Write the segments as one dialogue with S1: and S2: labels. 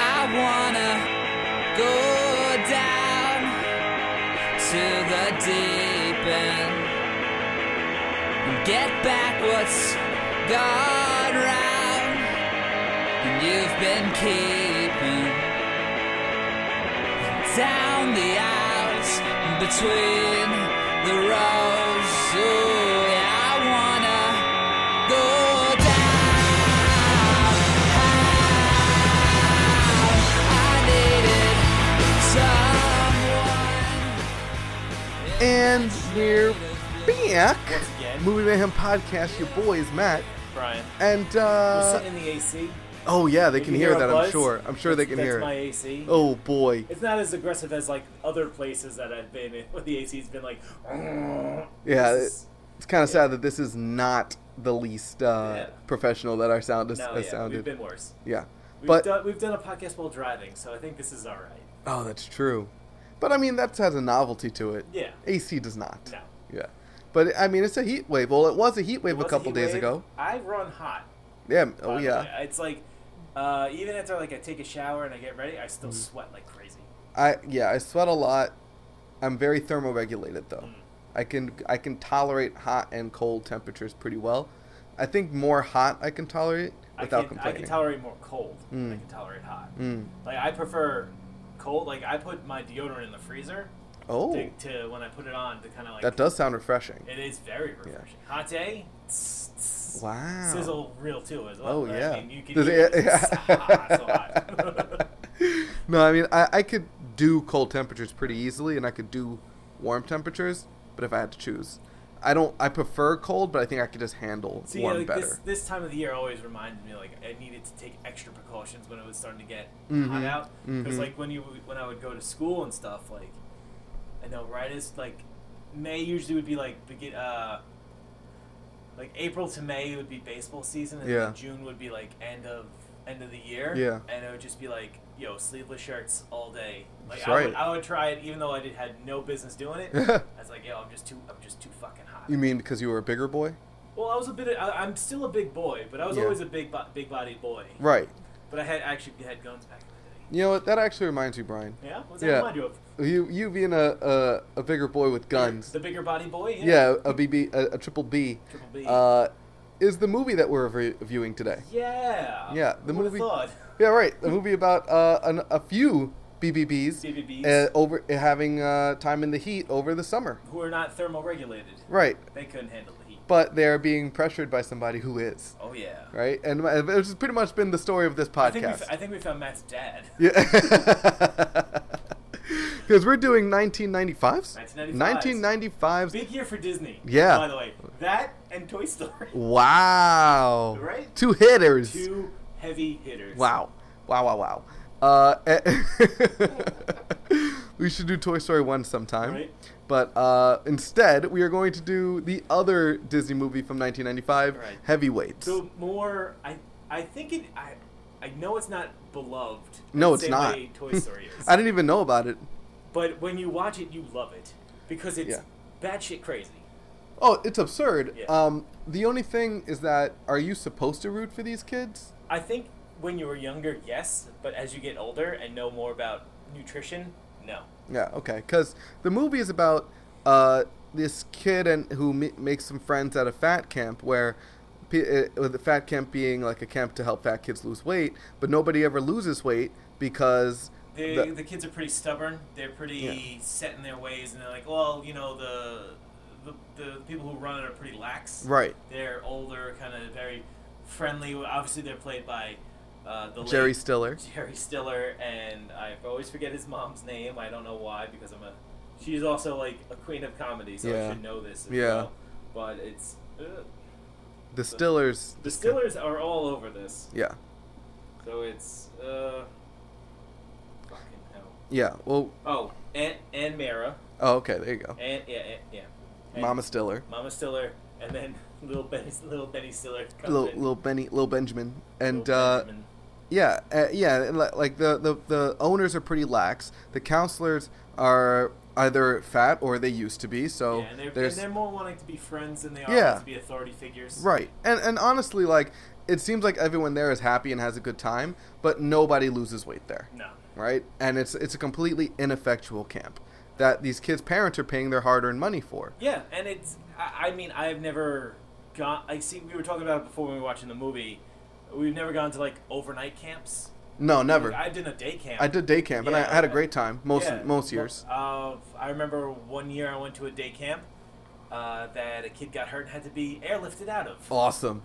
S1: wanna go down to the deep end and get back what's gone round and you've been keeping down the aisles and between the rows. Ooh, yeah, I wanna go down. I needed someone.
S2: And we're back.
S3: Once again.
S2: Movie Mayhem Podcast, your boy is Matt.
S3: Brian.
S2: And,
S3: I'm
S2: uh.
S3: sitting in the AC.
S2: Oh, yeah, they
S3: You
S2: can hear
S3: a
S2: that,
S3: buzz?
S2: I'm sure. I'm sure they
S3: That's-
S2: can
S3: that's
S2: hear
S3: my
S2: it.
S3: AC.
S2: Oh, boy.
S3: It's not as aggressive as like other places that I've been in where the AC's been like.
S2: Yeah,
S3: this
S2: it-
S3: is-
S2: it's kind of sad that this is not the least uh,
S3: Yeah.
S2: professional that our sound has,
S3: no,
S2: has
S3: yeah, we've
S2: sounded.
S3: been worse.
S2: yeah.
S3: We've,
S2: But,
S3: done, we've done a podcast while driving, so I think this is all right.
S2: oh, that's true. But, I mean, that has a novelty to it.
S3: Yeah.
S2: AC does not.
S3: No.
S2: Yeah. But, I mean, it's a heat wave. Well, it was a heat wave
S3: Was
S2: a couple
S3: heat
S2: days
S3: wave?
S2: ago.
S3: I run hot.
S2: Yeah.
S3: by
S2: Oh,
S3: the
S2: yeah.
S3: way. It's like, uh, even after like I take a shower and I get ready, I still
S2: Mm.
S3: sweat like crazy.
S2: I yeah, I sweat a lot. I'm very thermoregulated though.
S3: Mm.
S2: I can I can tolerate hot and cold temperatures pretty well. I think more hot I can tolerate
S3: I
S2: without
S3: can, I
S2: complaining.
S3: can tolerate more cold. than I
S2: Mm.
S3: can tolerate hot.
S2: mm.
S3: Like I prefer cold. Like I put my deodorant in the freezer
S2: Oh,
S3: to, to when I put it on to kind of like.
S2: that does sound refreshing.
S3: It is very refreshing. Hot day. tss, tss,
S2: Wow.
S3: Sizzle real too as well.
S2: Oh
S3: I
S2: yeah.
S3: mean, you can
S2: Does
S3: hear
S2: it-
S3: it. It's hot, so hot.
S2: no, I mean I, I could do cold temperatures pretty easily, and I could do warm temperatures. But if I had to choose, I don't. I prefer cold, but I think I could just handle
S3: See,
S2: warm
S3: like
S2: better.
S3: this this time of the year always reminded me like I needed to take extra precautions when it was starting to get hot
S2: Mhm.
S3: out because
S2: Mhm.
S3: like when you when I would go to school and stuff like I know right as like May usually would be like begin uh like April to May would be baseball season and
S2: Yeah.
S3: then June would be like end of end of the year
S2: Yeah.
S3: and it would just be like yo sleeveless shirts all day like
S2: That's
S3: I, would,
S2: right.
S3: I would try it even though I did, had no business doing it I was like yo I'm just too I'm just too fucking hot
S2: you mean because you were a bigger boy?
S3: well, I was a bit. I, I'm still a big boy, but I was
S2: Yeah.
S3: always a big, bo- big-bodied boy.
S2: Right.
S3: But I had actually had guns back in
S2: You know what? That actually reminds me, Brian.
S3: the day. Yeah, what does
S2: Yeah.
S3: that remind you of?
S2: You you being a a, a bigger boy with guns.
S3: The bigger body boy.
S2: Yeah, a BB, a, a triple B.
S3: Triple B.
S2: Uh, is the movie that we're re- viewing today?
S3: yeah.
S2: Yeah, the
S3: Who would've
S2: movie-
S3: Thought?
S2: Yeah, right. The movie about uh, an, a few BBBs
S3: CBBs
S2: uh, over having uh, time in the heat over the summer.
S3: who are not thermoregulated.
S2: Right,
S3: They couldn't handle the heat.
S2: but they are being pressured by somebody who is.
S3: Oh yeah.
S2: Right, and uh, which has pretty much been the story of this podcast.
S3: I think, we, f- I think we found Matt's dad.
S2: Yeah. Because we're doing 1995s?
S3: 1995s.
S2: 1995s.
S3: Big year for Disney.
S2: Yeah.
S3: By the way, that and Toy Story.
S2: Wow.
S3: Right?
S2: Two hitters.
S3: Two heavy hitters.
S2: Wow. Wow, wow, wow. Uh, eh- we should do Toy Story 1 sometime.
S3: Right.
S2: But uh, instead, we are going to do the other Disney movie from 1995,
S3: Right.
S2: Heavyweights.
S3: So more, I I think it. I I know it's not beloved.
S2: no,
S3: the
S2: it's
S3: same
S2: not.
S3: Way Toy Story is.
S2: I didn't even know about it.
S3: but when you watch it, you love it because it's
S2: Yeah.
S3: batshit crazy.
S2: Oh, it's absurd.
S3: Yeah.
S2: Um, the only thing is that are you supposed to root for these kids?
S3: I think when you were younger, yes, but as you get older and know more about nutrition, no.
S2: Yeah, okay. Because the movie is about uh, this kid and who m- makes some friends at a fat camp where. P- uh, with the fat camp being like a camp to help fat kids lose weight, but nobody ever loses weight because
S3: The,
S2: the-
S3: the, kids are pretty stubborn. They're pretty
S2: Yeah.
S3: set in their ways, and they're like, well, you know, the the, the people who run it are pretty lax.
S2: right
S3: They're older, kind of very friendly. Obviously, they're played by uh, the
S2: Jerry
S3: late-
S2: Stiller.
S3: Jerry Stiller, and I always forget his mom's name. I don't know why because I'm a. She's also like a queen of comedy, so
S2: Yeah.
S3: I should know this. As
S2: Yeah.
S3: Well. But it's uh,
S2: The Stillers.
S3: the Stillers are all over this,
S2: Yeah,
S3: so it's uh. Fucking hell.
S2: yeah. Well,
S3: Oh, Aunt Aunt Mara,
S2: oh, okay. There you go.
S3: Aunt yeah Aunt, yeah. Aunt-
S2: Mama Stiller,
S3: Mama Stiller, and then little Benny little Benny Stiller. comes
S2: little
S3: in.
S2: little Benny, little Benjamin, and
S3: Little
S2: uh,
S3: Benjamin.
S2: Yeah, uh, yeah. and li- Like the, the the owners are pretty lax. The counselors are either fat or they used to be. So
S3: yeah, and they're, and
S2: oh, there's
S3: they're more wanting to be friends than they are
S2: Yeah.
S3: to be authority figures.
S2: right, and and honestly, like it seems like everyone there is happy and has a good time, but nobody loses weight there,
S3: No.
S2: right? And it's it's a completely ineffectual camp that these kids' parents are paying their hard-earned money for.
S3: Yeah, and it's. I, I mean, I've never gone. I see. We were talking about it before when we were watching the movie. We've never gone to like overnight camps.
S2: No, never.
S3: Like, I did a day camp.
S2: I did day camp and I
S3: Yeah,
S2: had a
S3: I-
S2: great time most
S3: Yeah,
S2: most years.
S3: Uh, I remember one year I went to a day camp uh, that a kid got hurt and had to be airlifted out of.
S2: Awesome.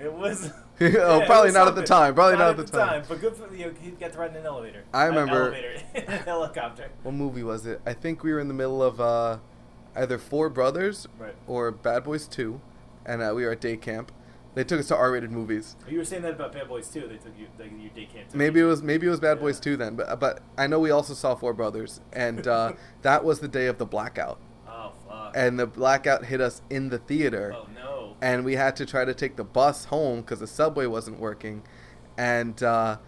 S3: It was.
S2: Oh,
S3: it
S2: probably
S3: was
S2: not at the
S3: something.
S2: time, probably not at the time.
S3: But good for you. He got to ride in an elevator.
S2: I
S3: An
S2: remember-
S3: elevator, An helicopter.
S2: What movie was it? I think we were in the middle of uh, either Four Brothers
S3: Right.
S2: or Bad Boys Two, and uh, we were at day camp. They took us to R-rated movies.
S3: You were saying that about Bad Boys too. They took you like your day camp. took
S2: Maybe it
S3: you.
S2: was maybe it was Bad
S3: Yeah.
S2: Boys Two then, but but I know we also saw Four Brothers, and uh, that was the day of the blackout,
S3: Oh fuck.
S2: and the blackout hit us in the theater.
S3: oh no.
S2: and we had to try to take the bus home because the subway wasn't working, and uh,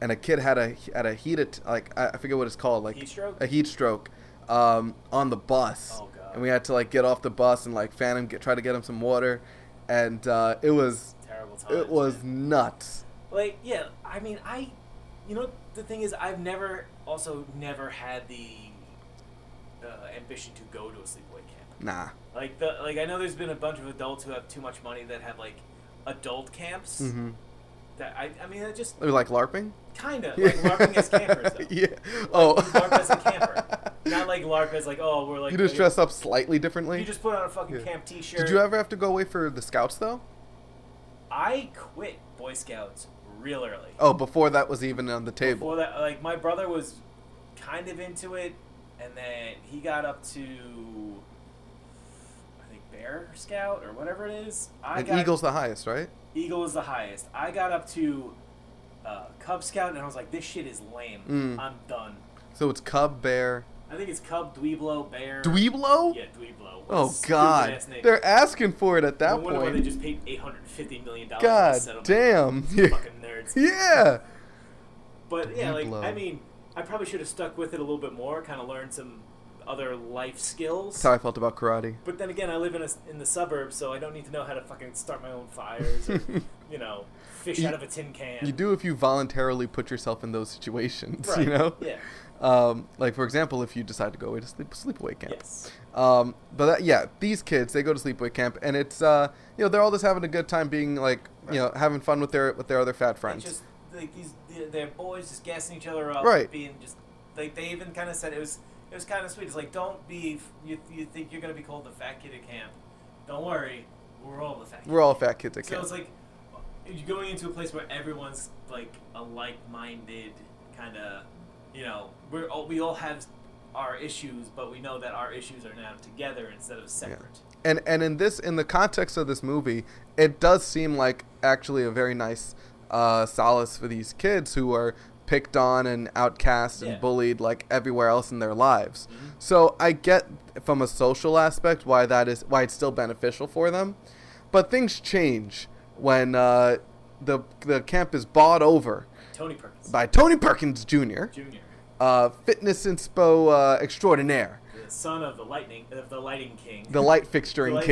S2: and a kid had a had a heat at like I I forget what it's called like
S3: Heat stroke?
S2: a heat stroke um, on the bus,
S3: Oh, God.
S2: and we had to like get off the bus and like fan him get try to get him some water, and uh, it was
S3: Terrible time.
S2: it was nuts.
S3: like yeah. I mean I, you know the thing is I've never also never had the uh, ambition to go to a sleepaway camp.
S2: Nah,
S3: Like the like I know there's been a bunch of adults who have too much money that have like adult camps.
S2: mm-hmm.
S3: That I I mean that just
S2: like LARPing.
S3: kind of like LARPing as campers though.
S2: yeah. Oh.
S3: You LARP as a camper. Not like LARP as like oh we're like
S2: you just
S3: like-
S2: dress up slightly differently.
S3: You just put on a fucking
S2: Yeah.
S3: camp T-shirt.
S2: Did you ever have to go away for the scouts though?
S3: I quit Boy Scouts real early.
S2: Oh, before that was even on the table.
S3: Well, that, like my brother was kind of into it, and then he got up to I think Bear Scout or whatever it is. I
S2: and
S3: got,
S2: Eagle's the highest, right?
S3: Eagle was the highest. I got up to uh, Cub Scout, and I was like, this shit is lame.
S2: Mm.
S3: I'm done.
S2: So it's Cub, Bear,
S3: I think it's Cub, Dweeblo, Bear.
S2: Dweeblo.
S3: Yeah, Dweeblo. What a
S2: oh
S3: stupid
S2: God,
S3: ass name.
S2: they're asking for it at
S3: No
S2: that
S3: wonder why they
S2: point.
S3: just paid eight hundred and fifty million dollars.
S2: God damn.
S3: Fucking nerds.
S2: yeah.
S3: But yeah, like
S2: Dweeblo.
S3: I mean, I probably should have stuck with it a little bit more, kind of learned some other life skills.
S2: That's how I felt about karate.
S3: But then again, I live in a, in the suburbs, so I don't need to know how to fucking start my own fires or you know fish
S2: You-
S3: out of a tin can.
S2: You do if you voluntarily put yourself in those situations,
S3: right.
S2: you know.
S3: Yeah.
S2: Um, like for example, if you decide to go away to sleep sleepaway camp.
S3: Yes.
S2: Um, but that, yeah, these kids they go to sleepaway camp and it's uh, you know they're all just having a good time being like you know having fun with their with their other fat friends.
S3: It's just like these they're- they're boys just gassing each other up,
S2: Right.
S3: Being just like they even kind of said it was it was kind of sweet. It's like don't be you, you think you're gonna be called the fat kid at camp. Don't worry, we're all the fat. kid
S2: We're all fat kids at
S3: So
S2: camp.
S3: it's like you're going into a place where everyone's like a like-minded kind of, you know, we're all, we all have our issues, but we know that our issues are now together instead of separate.
S2: and and in this in the context of this movie it does seem like actually a very nice uh, solace for these kids who are picked on and outcast
S3: Yeah.
S2: and bullied like everywhere else in their lives
S3: Mhm.
S2: so i get from a social aspect why that is why it's still beneficial for them but things change when uh, the the camp is bought over
S3: Tony Perkins,
S2: by tony perkins jr
S3: Junior,
S2: uh, fitness inspo uh, extraordinaire
S3: the son of the lightning of the lighting king.
S2: the light fixturing
S3: light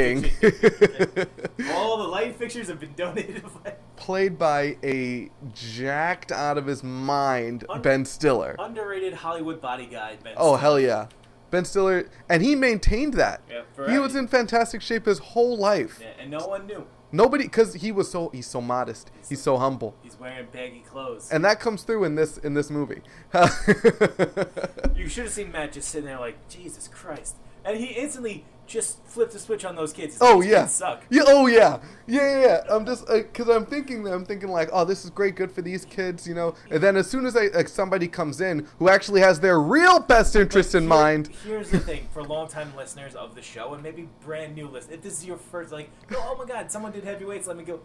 S2: king
S3: all the light fixtures have been donated. By,
S2: played by a jacked out of his mind
S3: Un-
S2: Ben Stiller.
S3: underrated Hollywood body guy Ben.
S2: oh hell yeah, Ben Stiller, and he maintained that.
S3: Yeah,
S2: he
S3: forever.
S2: was in fantastic shape his whole life.
S3: Yeah, and no one knew
S2: Nobody, because he was so he's so modest, he's so humble,
S3: he's wearing baggy clothes.
S2: and that comes through in this in this movie.
S3: You should have seen Matt just sitting there like, Jesus Christ. And he instantly just flipped the switch on those kids. He's like,
S2: Oh
S3: "These
S2: yeah.
S3: kids suck.
S2: yeah. Oh yeah. Yeah, yeah. yeah. I'm just because I'm thinking that I'm thinking like, oh, this is great, good for these kids, you know. And then as soon as I, like somebody comes in who actually has their real best interest in
S3: Here-
S2: mind,
S3: Here's the thing for longtime listeners of the show and maybe brand new listeners. If this is your first, like, no, oh my God, someone did heavyweights, let me go.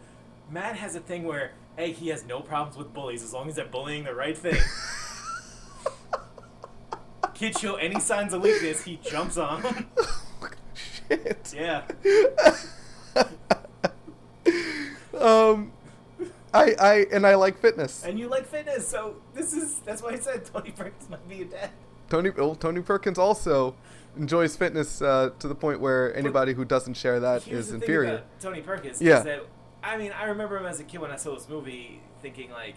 S3: Matt has a thing where, hey, he has no problems with bullies as long as they're bullying the right thing. Kids show any signs of weakness, he jumps on 'em.
S2: Shit.
S3: yeah.
S2: um, I I and I like fitness.
S3: And you like fitness, so this is, that's why I said Tony Perkins might be your dad.
S2: Tony old Tony Perkins also enjoys fitness uh, to the point where anybody who doesn't share that
S3: Here's
S2: is
S3: the thing
S2: inferior.
S3: about Tony Perkins.
S2: Yeah.
S3: Is that, I mean, I remember him as a kid when I saw this movie, thinking like,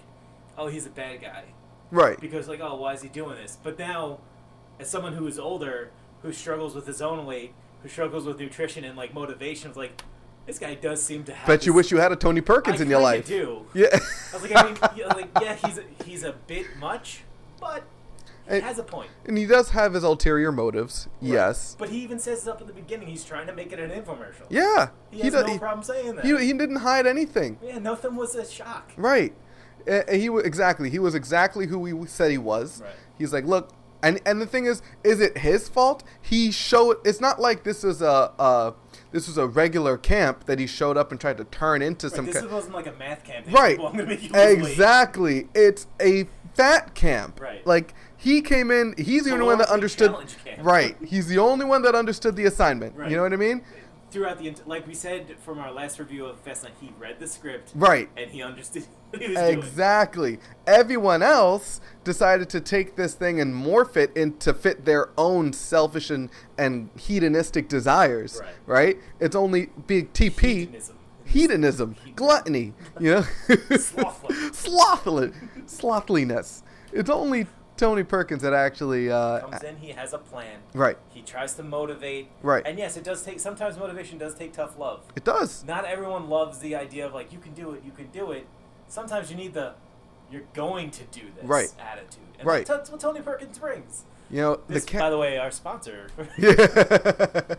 S3: "Oh, he's a bad guy,"
S2: Right.
S3: because like, "Oh, why is he doing this?" But now, as someone who is older, who struggles with his own weight, who struggles with nutrition and like motivation, it's like, this guy does seem to have.
S2: Bet you
S3: this-
S2: wish you had a Tony Perkins
S3: I
S2: in your
S3: kinda
S2: life.
S3: Do.
S2: Yeah.
S3: I was like, I mean, yeah, like, yeah, he's a, he's a bit much, but he
S2: And-
S3: has a point.
S2: and he does have his ulterior motives. Yes.
S3: But he even says it up at the beginning. He's trying to make it an infomercial.
S2: Yeah.
S3: He has
S2: do-
S3: no problem saying that.
S2: he, he didn't hide anything.
S3: yeah, nothing was a shock.
S2: Right. Uh, he wa- exactly. He was exactly who we said he was.
S3: Right.
S2: He's like, look, and and the thing is, is it his fault? He showed. It's not like this is a uh, this was a regular camp that he showed up and tried to turn into
S3: Right,
S2: some.
S3: this
S2: ki-
S3: wasn't like a math camp. that
S2: right.
S3: people, I'm gonna make you lose weight.
S2: Exactly. It's a fat camp.
S3: Right.
S2: Like he came in. He's the only one that
S3: calorically
S2: understood.
S3: challenged camp.
S2: Right. He's the only one that understood the assignment.
S3: Right.
S2: You know what I mean?
S3: Throughout the ent- like we said from our last review of Fast Night, he read the script
S2: Right.
S3: and he understood what he was doing.
S2: Exactly. Everyone else decided to take this thing and morph it in to fit their own selfish and, and hedonistic desires.
S3: Right.
S2: It's only big TP.
S3: Hedonism.
S2: Hedonism. Gluttony. You know?
S3: Slothful.
S2: Slothful. Slothliness. It's only Tony Perkins that actually. Uh,
S3: Comes in, he has a plan.
S2: Right.
S3: He tries to motivate.
S2: Right.
S3: And yes, it does take. Sometimes motivation does take tough love.
S2: It does.
S3: Not everyone loves the idea of like you can do it, you can do it. Sometimes you need the you're going to do this
S2: Right.
S3: attitude. And
S2: Right.
S3: That's what Tony Perkins brings.
S2: You know,
S3: This,
S2: the cat.
S3: by the way, our sponsor.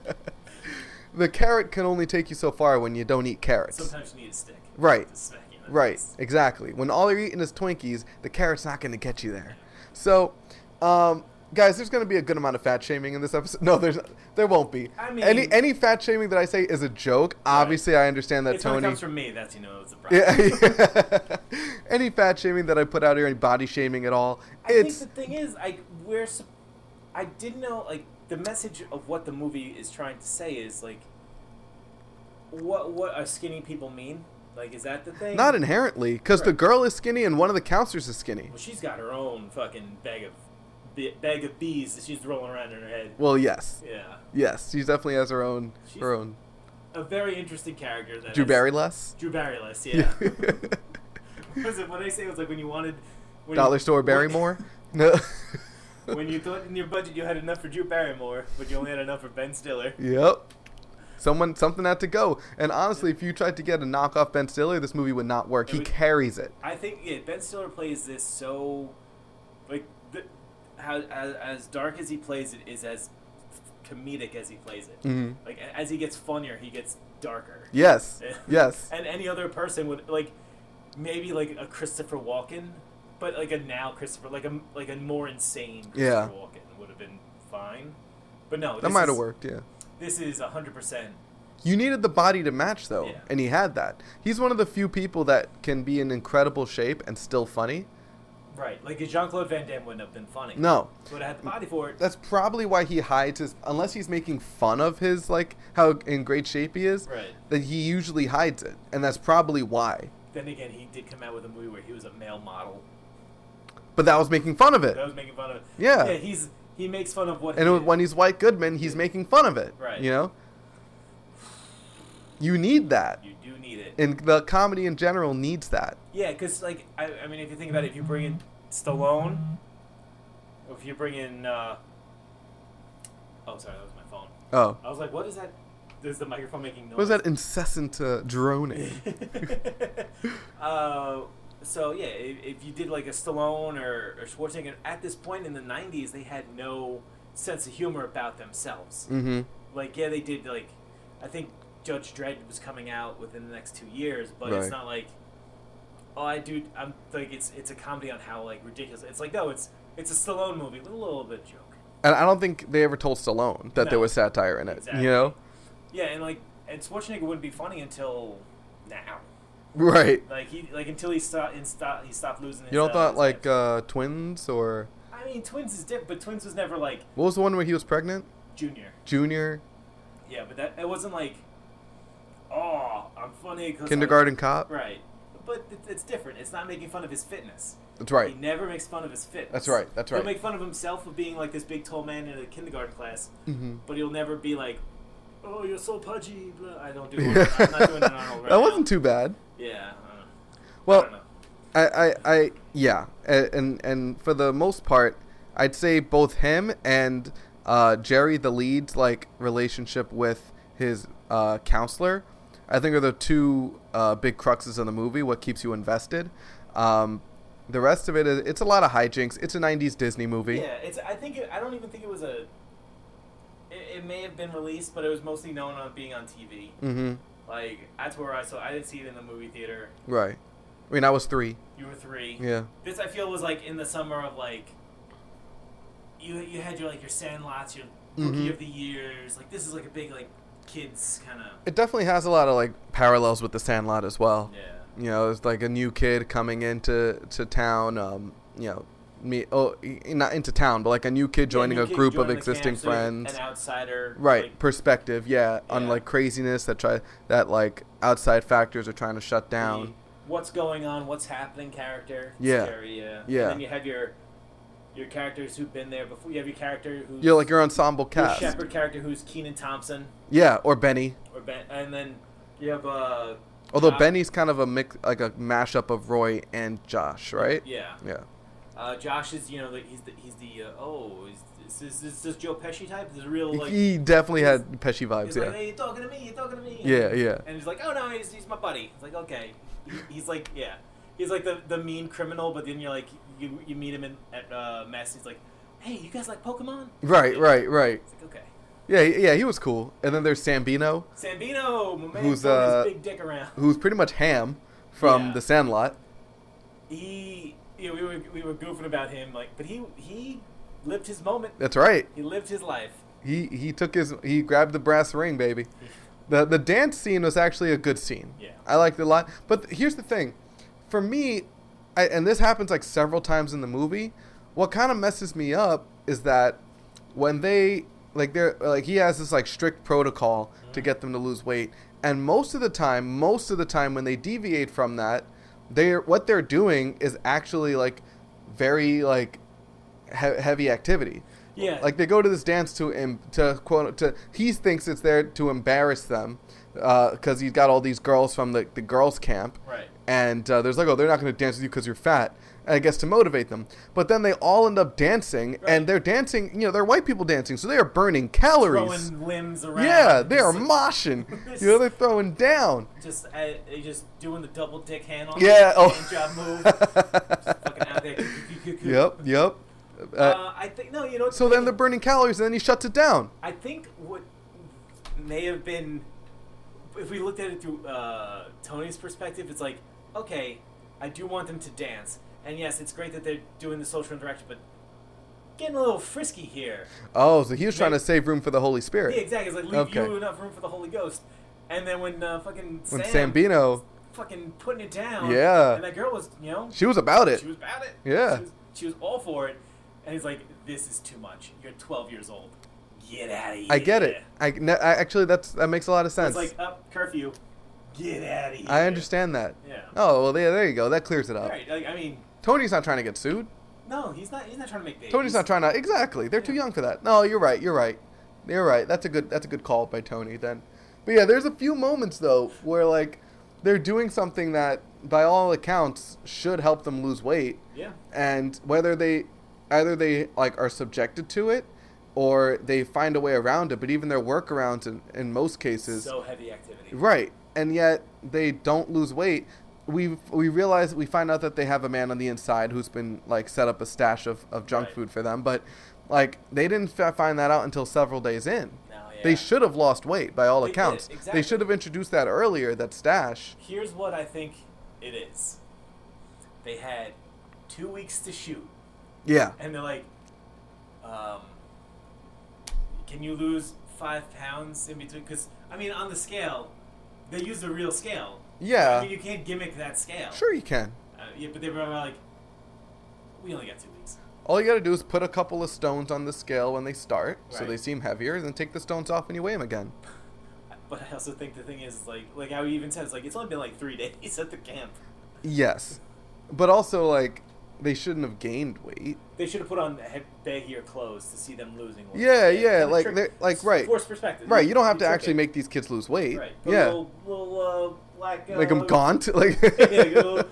S2: the carrot can only take you so far when you don't eat carrots.
S3: Sometimes you need a stick.
S2: Right.
S3: To smack you in the
S2: Right,
S3: face.
S2: exactly. When all you're eating is Twinkies, the carrot's not going to get you there. So, um, guys, there's going to be a good amount of fat shaming in this episode. No, there's there won't be.
S3: I mean-
S2: any any fat shaming that I say is a joke. Obviously, I understand that
S3: It's when it
S2: Tony.
S3: comes from me. That's you know it's a problem.
S2: yeah, any fat shaming that I put out here, any body shaming at all,
S3: I
S2: it's
S3: think the thing is, I we're, sup- I didn't know like the message of what the movie is trying to say is like, what what are skinny people mean? Like, is that the thing?
S2: not inherently because the
S3: Right.
S2: girl is skinny and one of the counselors is skinny.
S3: Well, she's got her own fucking bag of bi- bag of bees that she's rolling around in her head.
S2: Well, yes,
S3: Yeah,
S2: yes, she definitely has her own
S3: She's-
S2: her own.
S3: a very interesting character. That
S2: Drew
S3: is-
S2: Barryless.
S3: Drew Barryless. Yeah. What was it what did I say? It was like when you wanted. When
S2: Dollar
S3: you,
S2: Store
S3: when-
S2: Barrymore. No.
S3: When you thought in your budget you had enough for Drew Barrymore, but you only had enough for Ben Stiller.
S2: Yep. Someone, something had to go. And honestly, if you tried to get a knockoff Ben Stiller, this movie would not work.
S3: It
S2: He
S3: would-
S2: carries it.
S3: I think yeah, Ben Stiller plays this so, like, the, how as, as dark as he plays it is as comedic as he plays it.
S2: Mhm.
S3: Like a- as he gets funnier, he gets darker.
S2: Yes. Yes.
S3: And any other person would like, maybe like a Christopher Walken, but like a now Christopher, like a like a more insane Christopher
S2: Yeah.
S3: Walken would have been fine. But no,
S2: That
S3: this
S2: might have
S3: is-
S2: worked. Yeah.
S3: This is hundred percent.
S2: You needed the body to match though,
S3: Yeah.
S2: and he had that. He's one of the few people that can be in incredible shape and still funny.
S3: Right, like Jean Claude Van Damme wouldn't have been funny.
S2: No.
S3: would have had the body for it.
S2: That's probably why he hides his unless he's making fun of his like how in great shape he is.
S3: Right.
S2: That he usually hides it, and that's probably why.
S3: Then again, he did come out with a movie where he was a male model.
S2: But that was making fun of it.
S3: That was making fun of.
S2: Yeah.
S3: yeah, he's he makes fun of what. he
S2: And
S3: did.
S2: when he's White Goodman, he's making fun of it.
S3: Right.
S2: You know? You need that.
S3: you do need it.
S2: And the comedy in general needs that.
S3: Yeah, because like I, I mean, if you think about it, if you bring in Stallone, or if you bring in, uh, oh sorry, that was my phone.
S2: Oh.
S3: I was like, what is that? Is the microphone making noise?
S2: What was that incessant uh, droning?
S3: uh, so yeah, if, if you did like a Stallone or, or Schwarzenegger at this point in the '90s, they had no sense of humor about themselves.
S2: mm-hmm.
S3: Like yeah, they did like I think Judge Dredd was coming out within the next two years, but
S2: Right.
S3: it's not like oh I do I'm like it's it's a comedy on how like ridiculous it's like no it's it's a Stallone movie with a little bit of joke.
S2: And I don't think they ever told Stallone that there
S3: No.
S2: was satire in it.
S3: Exactly.
S2: You know?
S3: Yeah, and like and Schwarzenegger wouldn't be funny until now.
S2: Right.
S3: Like he like until he stopped and stopped he stopped losing. His,
S2: You don't
S3: uh,
S2: thought
S3: his
S2: like
S3: edge.
S2: uh, twins or
S3: I mean, Twins is different, but Twins was never like
S2: what was the one where he was pregnant?
S3: junior.
S2: Junior,
S3: Yeah, but that it wasn't like oh I'm funny. 'cause I-"
S2: kindergarten cop.
S3: Right. but it, it's different. It's not making fun of his fitness.
S2: That's right.
S3: He never makes fun of his fitness.
S2: That's right, that's right.
S3: He'll make fun of himself of being like this big tall man in a kindergarten class,
S2: Mhm.
S3: but he'll never be like, "Oh, you're so pudgy." Blah. I don't do. it. I'm not doing an Arnold right
S2: that wasn't
S3: now.
S2: too bad.
S3: Yeah. I don't know. I
S2: Well,
S3: don't know.
S2: I, I, I yeah, A- and and for the most part, I'd say both him and uh, Jerry, the lead, like relationship with his uh, counselor, I think are the two uh, big cruxes of the movie. What keeps you invested? Um, the rest of it is it's a lot of hijinks. It's a '90s Disney movie.
S3: Yeah, it's. I think it, I don't even think it was a. It, it may have been released, but it was mostly known on being on TV.
S2: Mm-hmm.
S3: Like that's where I saw. I didn't see it in the movie theater.
S2: Right. I mean, I was three.
S3: You were three.
S2: Yeah.
S3: This I feel was like in the summer of like. You you had your like your Sandlots, your Rookie
S2: Mhm.
S3: of the Years. Like this is like a big like kids kind of.
S2: It definitely has a lot of like parallels with The Sandlot as well.
S3: Yeah.
S2: you know, it's like a new kid coming into to town. Um, you know, me oh, y- not into town, but like a new kid joining
S3: Yeah,
S2: a
S3: you
S2: group
S3: join
S2: of
S3: the
S2: existing
S3: camp, so you're
S2: friends.
S3: An outsider.
S2: Right,
S3: like,
S2: perspective, yeah, on
S3: Yeah.
S2: like craziness that try that like outside factors are trying to shut down.
S3: the what's going on, what's happening character. It's
S2: Yeah.
S3: Scary, yeah.
S2: Yeah.
S3: And then you have your your characters who've been there before. You have your character who's
S2: You're like your ensemble
S3: your
S2: cast,
S3: Shepherd character who's Keenan Thompson
S2: yeah, or Benny.
S3: or Ben, and then you have uh.
S2: Although
S3: Josh-
S2: Benny's kind of a mix, like a mashup of Roy and Josh, right?
S3: Yeah.
S2: Yeah,
S3: Uh, Josh is you know the, he's the he's the uh, oh is this is this Joe Pesci type? This real like.
S2: he definitely
S3: he's-
S2: had Pesci vibes,
S3: He's
S2: yeah,
S3: like, hey, you're talking to me, you're talking to me.
S2: yeah, yeah.
S3: And he's like, oh no, he's, he's my buddy. It's like, okay. He- He's like, yeah. He's like the, the mean criminal, but then you're like, you, you meet him in, at uh, mess. He's like, hey, you guys like Pokemon?
S2: Right, right, right.
S3: It's like, okay.
S2: Yeah, yeah, he was cool. And then there's Sambino.
S3: Sambino, my man,
S2: Who's,
S3: throwing
S2: uh,
S3: his big dick around.
S2: who's pretty much Ham from
S3: Yeah.
S2: The Sandlot.
S3: He, yeah, we were we were goofing about him, like, but he he lived his moment.
S2: That's right.
S3: He lived his life.
S2: He he took his he grabbed the brass ring, baby. The the dance scene was actually a good scene.
S3: Yeah.
S2: I liked it a lot. But here's the thing, for me, I, and this happens like several times in the movie. What kind of messes me up is that when they like they're like he has this like strict protocol to
S3: Mm-hmm.
S2: get them to lose weight, and most of the time, most of the time when they deviate from that, they're what they're doing is actually like very like he- heavy activity.
S3: Yeah.
S2: Like they go to this dance to em- to quote to he thinks it's there to embarrass them because he's got all these girls from the, the girls camp.
S3: Right.
S2: And uh, there's like, oh, they're not going to dance with you because you're fat. And I guess to motivate them. But then they all end up dancing,
S3: Right.
S2: and they're dancing. You know, they're white people dancing, so they are burning calories.
S3: Throwing limbs around.
S2: Yeah, they are
S3: Just-
S2: moshing. you know, they're throwing down.
S3: Just uh, just doing the double dick handle.
S2: Yeah. Oh.
S3: hand job move. Just fucking out there.
S2: yep. Yep. Uh,
S3: Uh, I think no, you know.
S2: so then they're burning calories, and then he shuts it down.
S3: I think what may have been, if we looked at it through uh, Tony's perspective, it's like, okay, I do want them to dance, and yes, it's great that they're doing the social interaction, but getting a little frisky here.
S2: Oh, so he was trying
S3: They-
S2: to save room for the Holy
S3: Yeah,
S2: Spirit.
S3: exactly. It's like leave
S2: Okay.
S3: you enough room for the Holy Ghost, and then when uh, fucking
S2: When
S3: Sam
S2: Sambino,
S3: fucking putting it down,
S2: Yeah.
S3: and that girl was, you know,
S2: she was about it.
S3: She was about it.
S2: Yeah.
S3: She was, she was all for it. And he's like, this is too much. You're 12 years old. Get out of here.
S2: I get it. I, no, I- actually that's that makes a lot of
S3: It's
S2: sense.
S3: like, up, curfew. Get out of here.
S2: I understand that.
S3: Yeah.
S2: Oh well, yeah, there you go. That clears it up.
S3: Right. Like, I mean,
S2: Tony's not trying to get sued.
S3: no, he's not, he's not trying to make babies.
S2: Tony's not trying to. Exactly. They're too
S3: Yeah.
S2: young for that. No, you're right. You're right. You're right. That's a good. That's a good call by Tony. Then, but yeah, there's a few moments though where like they're doing something that by all accounts should help them lose weight,
S3: Yeah.
S2: and whether they either they like are subjected to it or they find a way around it. But even their workarounds in, in most cases
S3: So heavy activity.
S2: Right, and yet they don't lose weight. We we realize we find out that they have a man on the inside who's been like set up a stash of, of junk
S3: Right.
S2: food for them, but like they didn't fi- find that out until several days in.
S3: No, yeah.
S2: They should have lost weight by all
S3: They did,
S2: accounts. They
S3: exactly.
S2: should have introduced that earlier. That stash.
S3: Here's what I think it is they had two weeks to shoot.
S2: Yeah.
S3: and they're like, um, "Can you lose five pounds in between?" Because I mean, on the scale, they use the real scale.
S2: Yeah.
S3: I mean, you can't gimmick that scale.
S2: Sure, you can.
S3: Uh, yeah, but they were like, "We only got two weeks."
S2: All you gotta do is put a couple of stones on the scale when they start, so
S3: Right.
S2: they seem heavier, and then take the stones off and you weigh them again.
S3: But I also think the thing is, like, like how he even says, like, it's only been like three days at the camp.
S2: Yes, but also like they shouldn't have gained weight.
S3: They should have put on he- baggier clothes to see them losing weight.
S2: Yeah,
S3: It's
S2: yeah,
S3: kinda
S2: like
S3: trick-
S2: they're- like,
S3: it's
S2: right.
S3: Forced perspective.
S2: Right, you don't have
S3: It's
S2: to actually
S3: okay.
S2: make these kids lose weight.
S3: Right. Put a
S2: Yeah,
S3: Little, little uh, black. Uh,
S2: like I'm gaunt. Like
S3: yeah, little,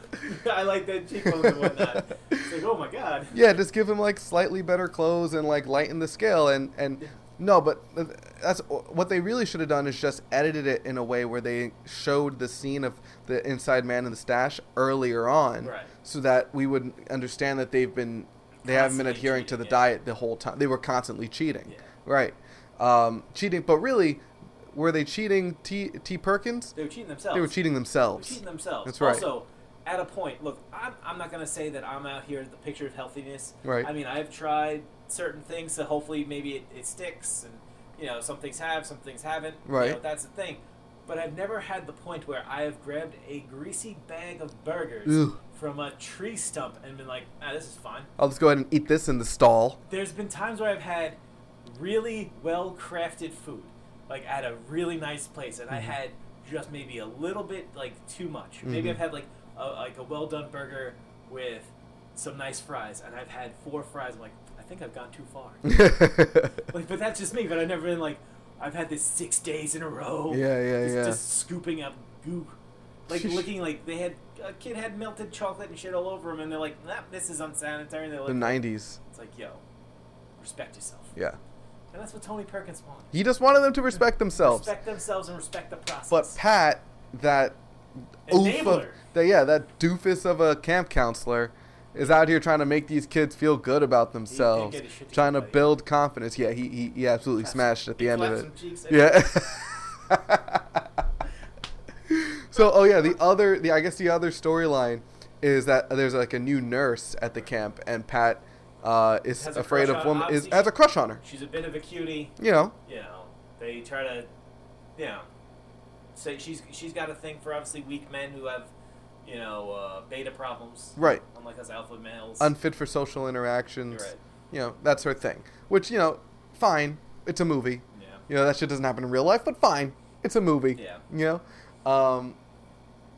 S3: I like that cheekbones and whatnot. It's like, oh my god.
S2: Yeah, just give him like slightly better clothes and like lighten the scale and and no, but that's what they really should have done is just edited it in a way where they showed the scene of the inside man in the stash earlier on,
S3: Right.
S2: so that we would understand that they've been they haven't been
S3: Constantly
S2: adhering to the
S3: cheating, yeah.
S2: diet the whole time. They were constantly cheating,
S3: Yeah.
S2: right? Um, cheating, but really, were they cheating T T Perkins?
S3: They were cheating themselves.
S2: They were cheating themselves.
S3: They're cheating themselves.
S2: That's right.
S3: Also, at a point, look, I'm, I'm not going to say that I'm out here the picture of healthiness.
S2: Right.
S3: I mean, I've tried certain things, so hopefully maybe it, it sticks, and you know, some things have, some things haven't. You
S2: Right.
S3: know, that's the thing. But I've never had the point where I have grabbed a greasy bag of burgers
S2: Ugh.
S3: from a tree stump and been like, ah, this is fine.
S2: I'll just go ahead and eat this in the stall.
S3: There's been times where I've had really well crafted food, like at a really nice place, and I
S2: Mm-hmm.
S3: had just maybe a little bit like too much. Maybe
S2: Mhm.
S3: I've had like a, like a well done burger with some nice fries, and I've had four fries. I'm like, I think I've gone too far. like, but that's just me. But I've never been like, I've had this six days in a row.
S2: Yeah, yeah,
S3: just,
S2: yeah.
S3: Just scooping up goo, like looking like they had a kid had melted chocolate and shit all over him, and they're like, nah, this is unsanitary. And they're
S2: the
S3: like,
S2: '90s,
S3: it's like, yo, respect yourself.
S2: yeah.
S3: And that's what Tony Perkins wanted.
S2: He just wanted them to respect themselves.
S3: Respect themselves and respect the process.
S2: But Pat, that oof of
S3: Enabler.
S2: that yeah, that doofus of a camp counselor is out here trying to make these kids feel good about themselves,
S3: get his shit
S2: trying to
S3: together.
S2: build confidence. Yeah, he he, he absolutely
S3: Slaps-
S2: smashed at the end of
S3: slaps
S2: it.
S3: some cheeks and-
S2: yeah. so oh yeah, the other the I guess the other storyline is that there's like a new nurse at the camp and Pat uh, is
S3: Has a
S2: afraid
S3: crush
S2: of
S3: on-
S2: woman is
S3: obviously
S2: has
S3: she-
S2: a crush on her.
S3: she's a bit of a cutie.
S2: You know.
S3: You know, they try to, you know, say she's she's got a thing for obviously weak men who have, you know, uh, beta problems.
S2: Right.
S3: Unlike us alpha males.
S2: unfit for social interactions.
S3: You're right.
S2: You know, that's her thing. Which, you know, fine. It's a movie.
S3: yeah.
S2: You know, that shit doesn't happen in real life, but fine. It's a movie.
S3: Yeah.
S2: You know? Um,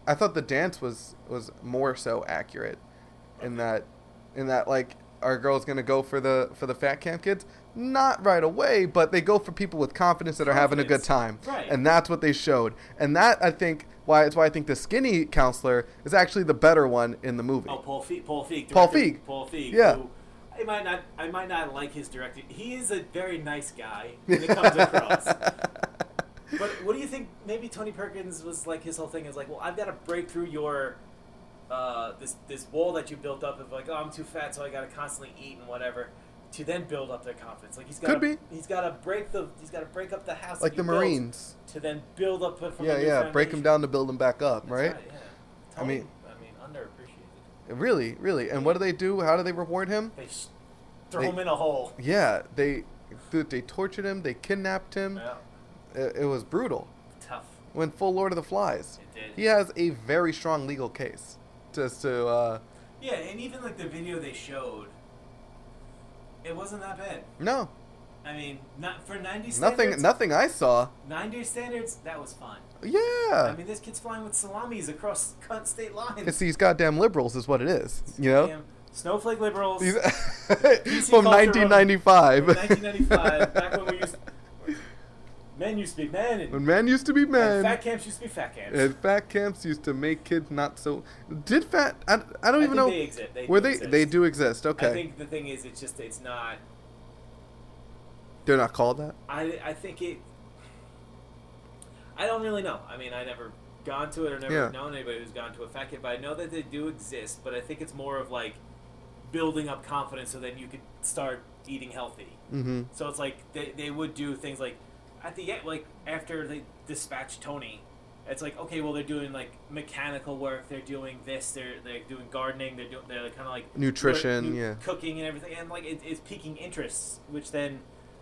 S2: I thought the dance was was more so accurate in that in that like our girl's gonna go for the for the fat camp kids? Not right away, but they go for people with confidence that are having a good time.
S3: Confidence. Right.
S2: And that's what they showed. And that I think why it's why I think the skinny counselor is actually the better one in the movie.
S3: Oh, Paul Feig. Paul Feig.
S2: Paul
S3: director
S2: Feig.
S3: Paul Feig.
S2: Yeah.
S3: Who, I might not. I might not like his directing. He is a very nice guy when it comes across. But what do you think? Maybe Tony Perkins was like his whole thing is like, well, I've got to break through your uh, this this wall that you built up of like, oh, I'm too fat, so I got to constantly eat and whatever, to then build up their confidence. Like he's got
S2: Could be.
S3: he's got to break the he's got to break up the house that
S2: like
S3: he
S2: the
S3: built
S2: Marines.
S3: to then build up from the
S2: Yeah,
S3: new
S2: yeah. Break them
S3: foundation.
S2: down to build them back up,
S3: That's
S2: right?
S3: yeah.
S2: I
S3: Tony,
S2: mean-
S3: I mean, underappreciated.
S2: Really, really. And what do they do? How do they reward him?
S3: They sh- throw
S2: They-
S3: him in a hole.
S2: Yeah, they dude, they tortured him. They kidnapped him.
S3: Yeah,
S2: It, it was brutal.
S3: tough.
S2: Went full Lord of the Flies.
S3: It did.
S2: He has a very strong legal case just to. Uh,
S3: Yeah, and even like the video they showed, it wasn't that bad.
S2: no,
S3: I mean, not for 90
S2: nothing.
S3: standards.
S2: Nothing I saw.
S3: 90 standards, that was fun.
S2: Yeah,
S3: I mean, this kid's flying with salamis across cunt state lines.
S2: Uh. it's these goddamn liberals, is what it is. You know,
S3: Damn. Snowflake liberals.
S2: These-
S3: from
S2: from
S3: culture-
S2: 1995.
S3: 1995, back when we used. Men used to be men, and,
S2: When men used to be men.
S3: and fat camps used to be fat camps.
S2: And fat camps used to make kids not so. Did fat? I, I don't even
S3: I think
S2: know.
S3: they exist. They
S2: were
S3: do
S2: they?
S3: exist.
S2: They do exist. Okay,
S3: I think the thing is, it's just it's not.
S2: they're not called that.
S3: I I think it. I don't really know. I mean, I never gone to it or never
S2: Yeah.
S3: known anybody who's gone to a fat kid, but I know that they do exist. But I think it's more of like building up confidence so then you could start eating healthy.
S2: Mm-hmm.
S3: So it's like they, they would do things like at the end, like after they dispatch Tony, it's like okay, well they're doing like mechanical work, they're doing this, they're they're doing gardening, they're doing they're kind of like
S2: Nutrition,
S3: doing
S2: yeah.
S3: cooking and everything, and like it, it's piquing interests, which then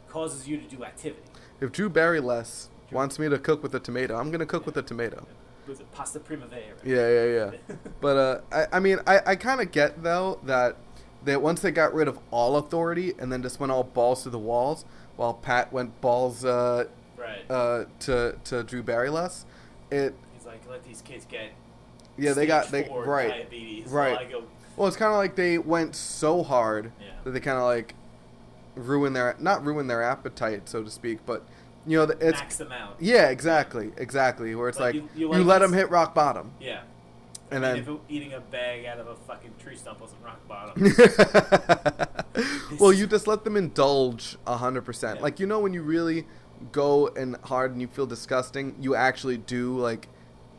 S3: causes you to do activity.
S2: If Drew Barryless wants me to cook with a tomato, I'm gonna cook with a tomato.
S3: Was it pasta primavera?
S2: Yeah, yeah, yeah. but uh, I, I mean, I, I kind of get though that that once they got rid of all authority and then just went all balls to the walls, while Pat went balls uh,
S3: Right.
S2: uh, to to Drew Barryless, it
S3: He's like, let these kids get
S2: Yeah, they
S3: stage
S2: got- they-
S3: four
S2: right,
S3: diabetes. So
S2: right.
S3: I go,
S2: Well, it's kind of like they went so hard
S3: Yeah.
S2: that they kind of like ruin their not ruin their appetite, so to speak, but you know, it's
S3: max them out.
S2: yeah, exactly, exactly. Where it's
S3: Like,
S2: like,
S3: you-
S2: you,
S3: you like
S2: let
S3: this-
S2: them hit rock bottom,
S3: Yeah.
S2: and
S3: I mean,
S2: then
S3: if it- eating a bag out of a fucking tree stump wasn't rock bottom.
S2: well, you just let them indulge a hundred percent.
S3: Yeah.
S2: Like you know, when you really go and hard and you feel disgusting, you actually do like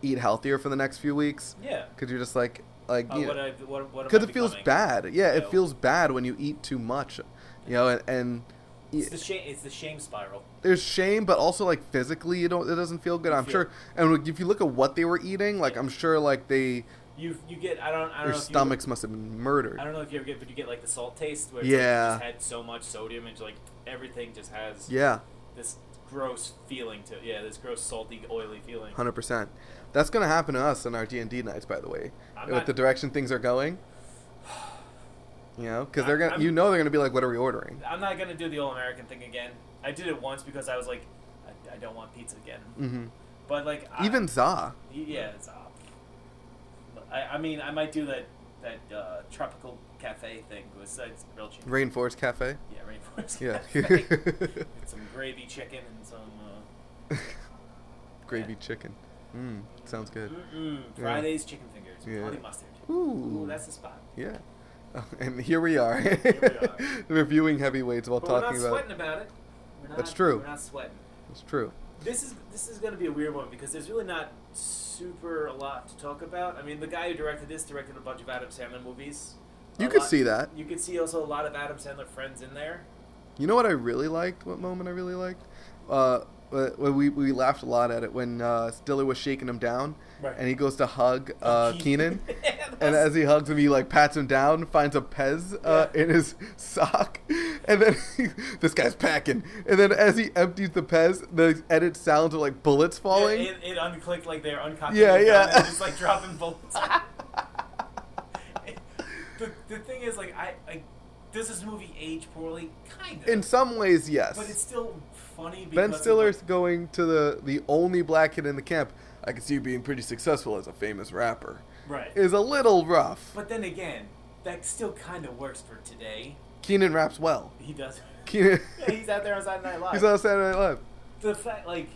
S2: eat healthier for the next few weeks
S3: yeah.
S2: because you're just like like
S3: Uh,
S2: you
S3: what
S2: know,
S3: I, what, what am
S2: because
S3: I
S2: it feels
S3: becoming?
S2: bad. Yeah,
S3: Yeah.
S2: it feels bad when you eat too much, you know, and, and
S3: It's the shame. It's the shame spiral.
S2: there's shame, but also like physically, you don't. It doesn't feel good.
S3: You
S2: I'm
S3: feel-
S2: sure. And if you look at what they were eating, like
S3: Yeah.
S2: I'm sure, like they
S3: You you get. I don't. I don't
S2: their
S3: know if
S2: stomachs must have been murdered.
S3: You, I don't know if you ever get, but you get like the salt taste where it's, like,
S2: Yeah.
S3: you just had so much sodium and like everything just has
S2: Yeah,
S3: this gross feeling to. Yeah, this gross salty, oily feeling.
S2: hundred percent. That's gonna happen to us on our D and D nights, by the way,
S3: I'm
S2: with
S3: not-
S2: the direction things are going. You know, because
S3: I-
S2: they're gonna,
S3: I'm-
S2: you know, they're gonna be like, "What are we ordering?"
S3: I'm not gonna do the all American thing again. I did it once because I was like, I, I don't want pizza again.
S2: hmm
S3: But like I,
S2: Even za,
S3: yeah, it's uh, I, I mean I might do that that uh, tropical cafe thing because it's real cheap.
S2: Rainforest Cafe.
S3: yeah, rainforest.
S2: Yeah.
S3: Cafe. With some gravy chicken and some. Uh,
S2: Gravy
S3: Yeah.
S2: chicken. Mm, sounds good.
S3: Mm-mm,
S2: Yeah.
S3: Fridays chicken fingers, with
S2: Yeah.
S3: honey mustard.
S2: Ooh.
S3: Ooh, that's the spot.
S2: Yeah. Oh, And here we are,
S3: Here
S2: reviewing heavyweights while
S3: But we're not
S2: talking about.
S3: sweating about it. We're not,
S2: That's true.
S3: We're not sweating.
S2: It's true.
S3: This is this is gonna be a weird one because there's really not super a lot to talk about. I mean, the guy who directed this directed a bunch of Adam Sandler movies. A
S2: You could
S3: lot-
S2: see that.
S3: You could see also a lot of Adam Sandler friends in there.
S2: You know what I really liked? What moment I really liked? Uh, wh- when we, we laughed a lot at it when uh, Stiller was shaking him down,
S3: Right.
S2: and he goes to hug uh, Keenan,
S3: Yeah,
S2: and
S3: that's-
S2: as he hugs him, he like pats him down, finds a Pez uh,
S3: Yeah.
S2: in his sock, and then he, this guy's packing. And then as he empties the Pez, the edit sounds of like bullets falling.
S3: Yeah, it, it unclicked like they're uncocking.
S2: Yeah,
S3: their gun
S2: yeah.
S3: and just like dropping bullets. the, the thing is, like, I, I does this movie age poorly? Kind of.
S2: in some ways, yes.
S3: but it's still funny. Because
S2: Ben
S3: of,
S2: Stiller's
S3: like-
S2: going to the the only black kid in the camp. I can see you being pretty successful as a famous rapper.
S3: right.
S2: Is a little rough.
S3: but then again, that still kind of works for today.
S2: Keenan raps well.
S3: He does.
S2: Keenan,
S3: yeah, he's out there on Saturday Night Live.
S2: he's on Saturday Night Live.
S3: the fact, like,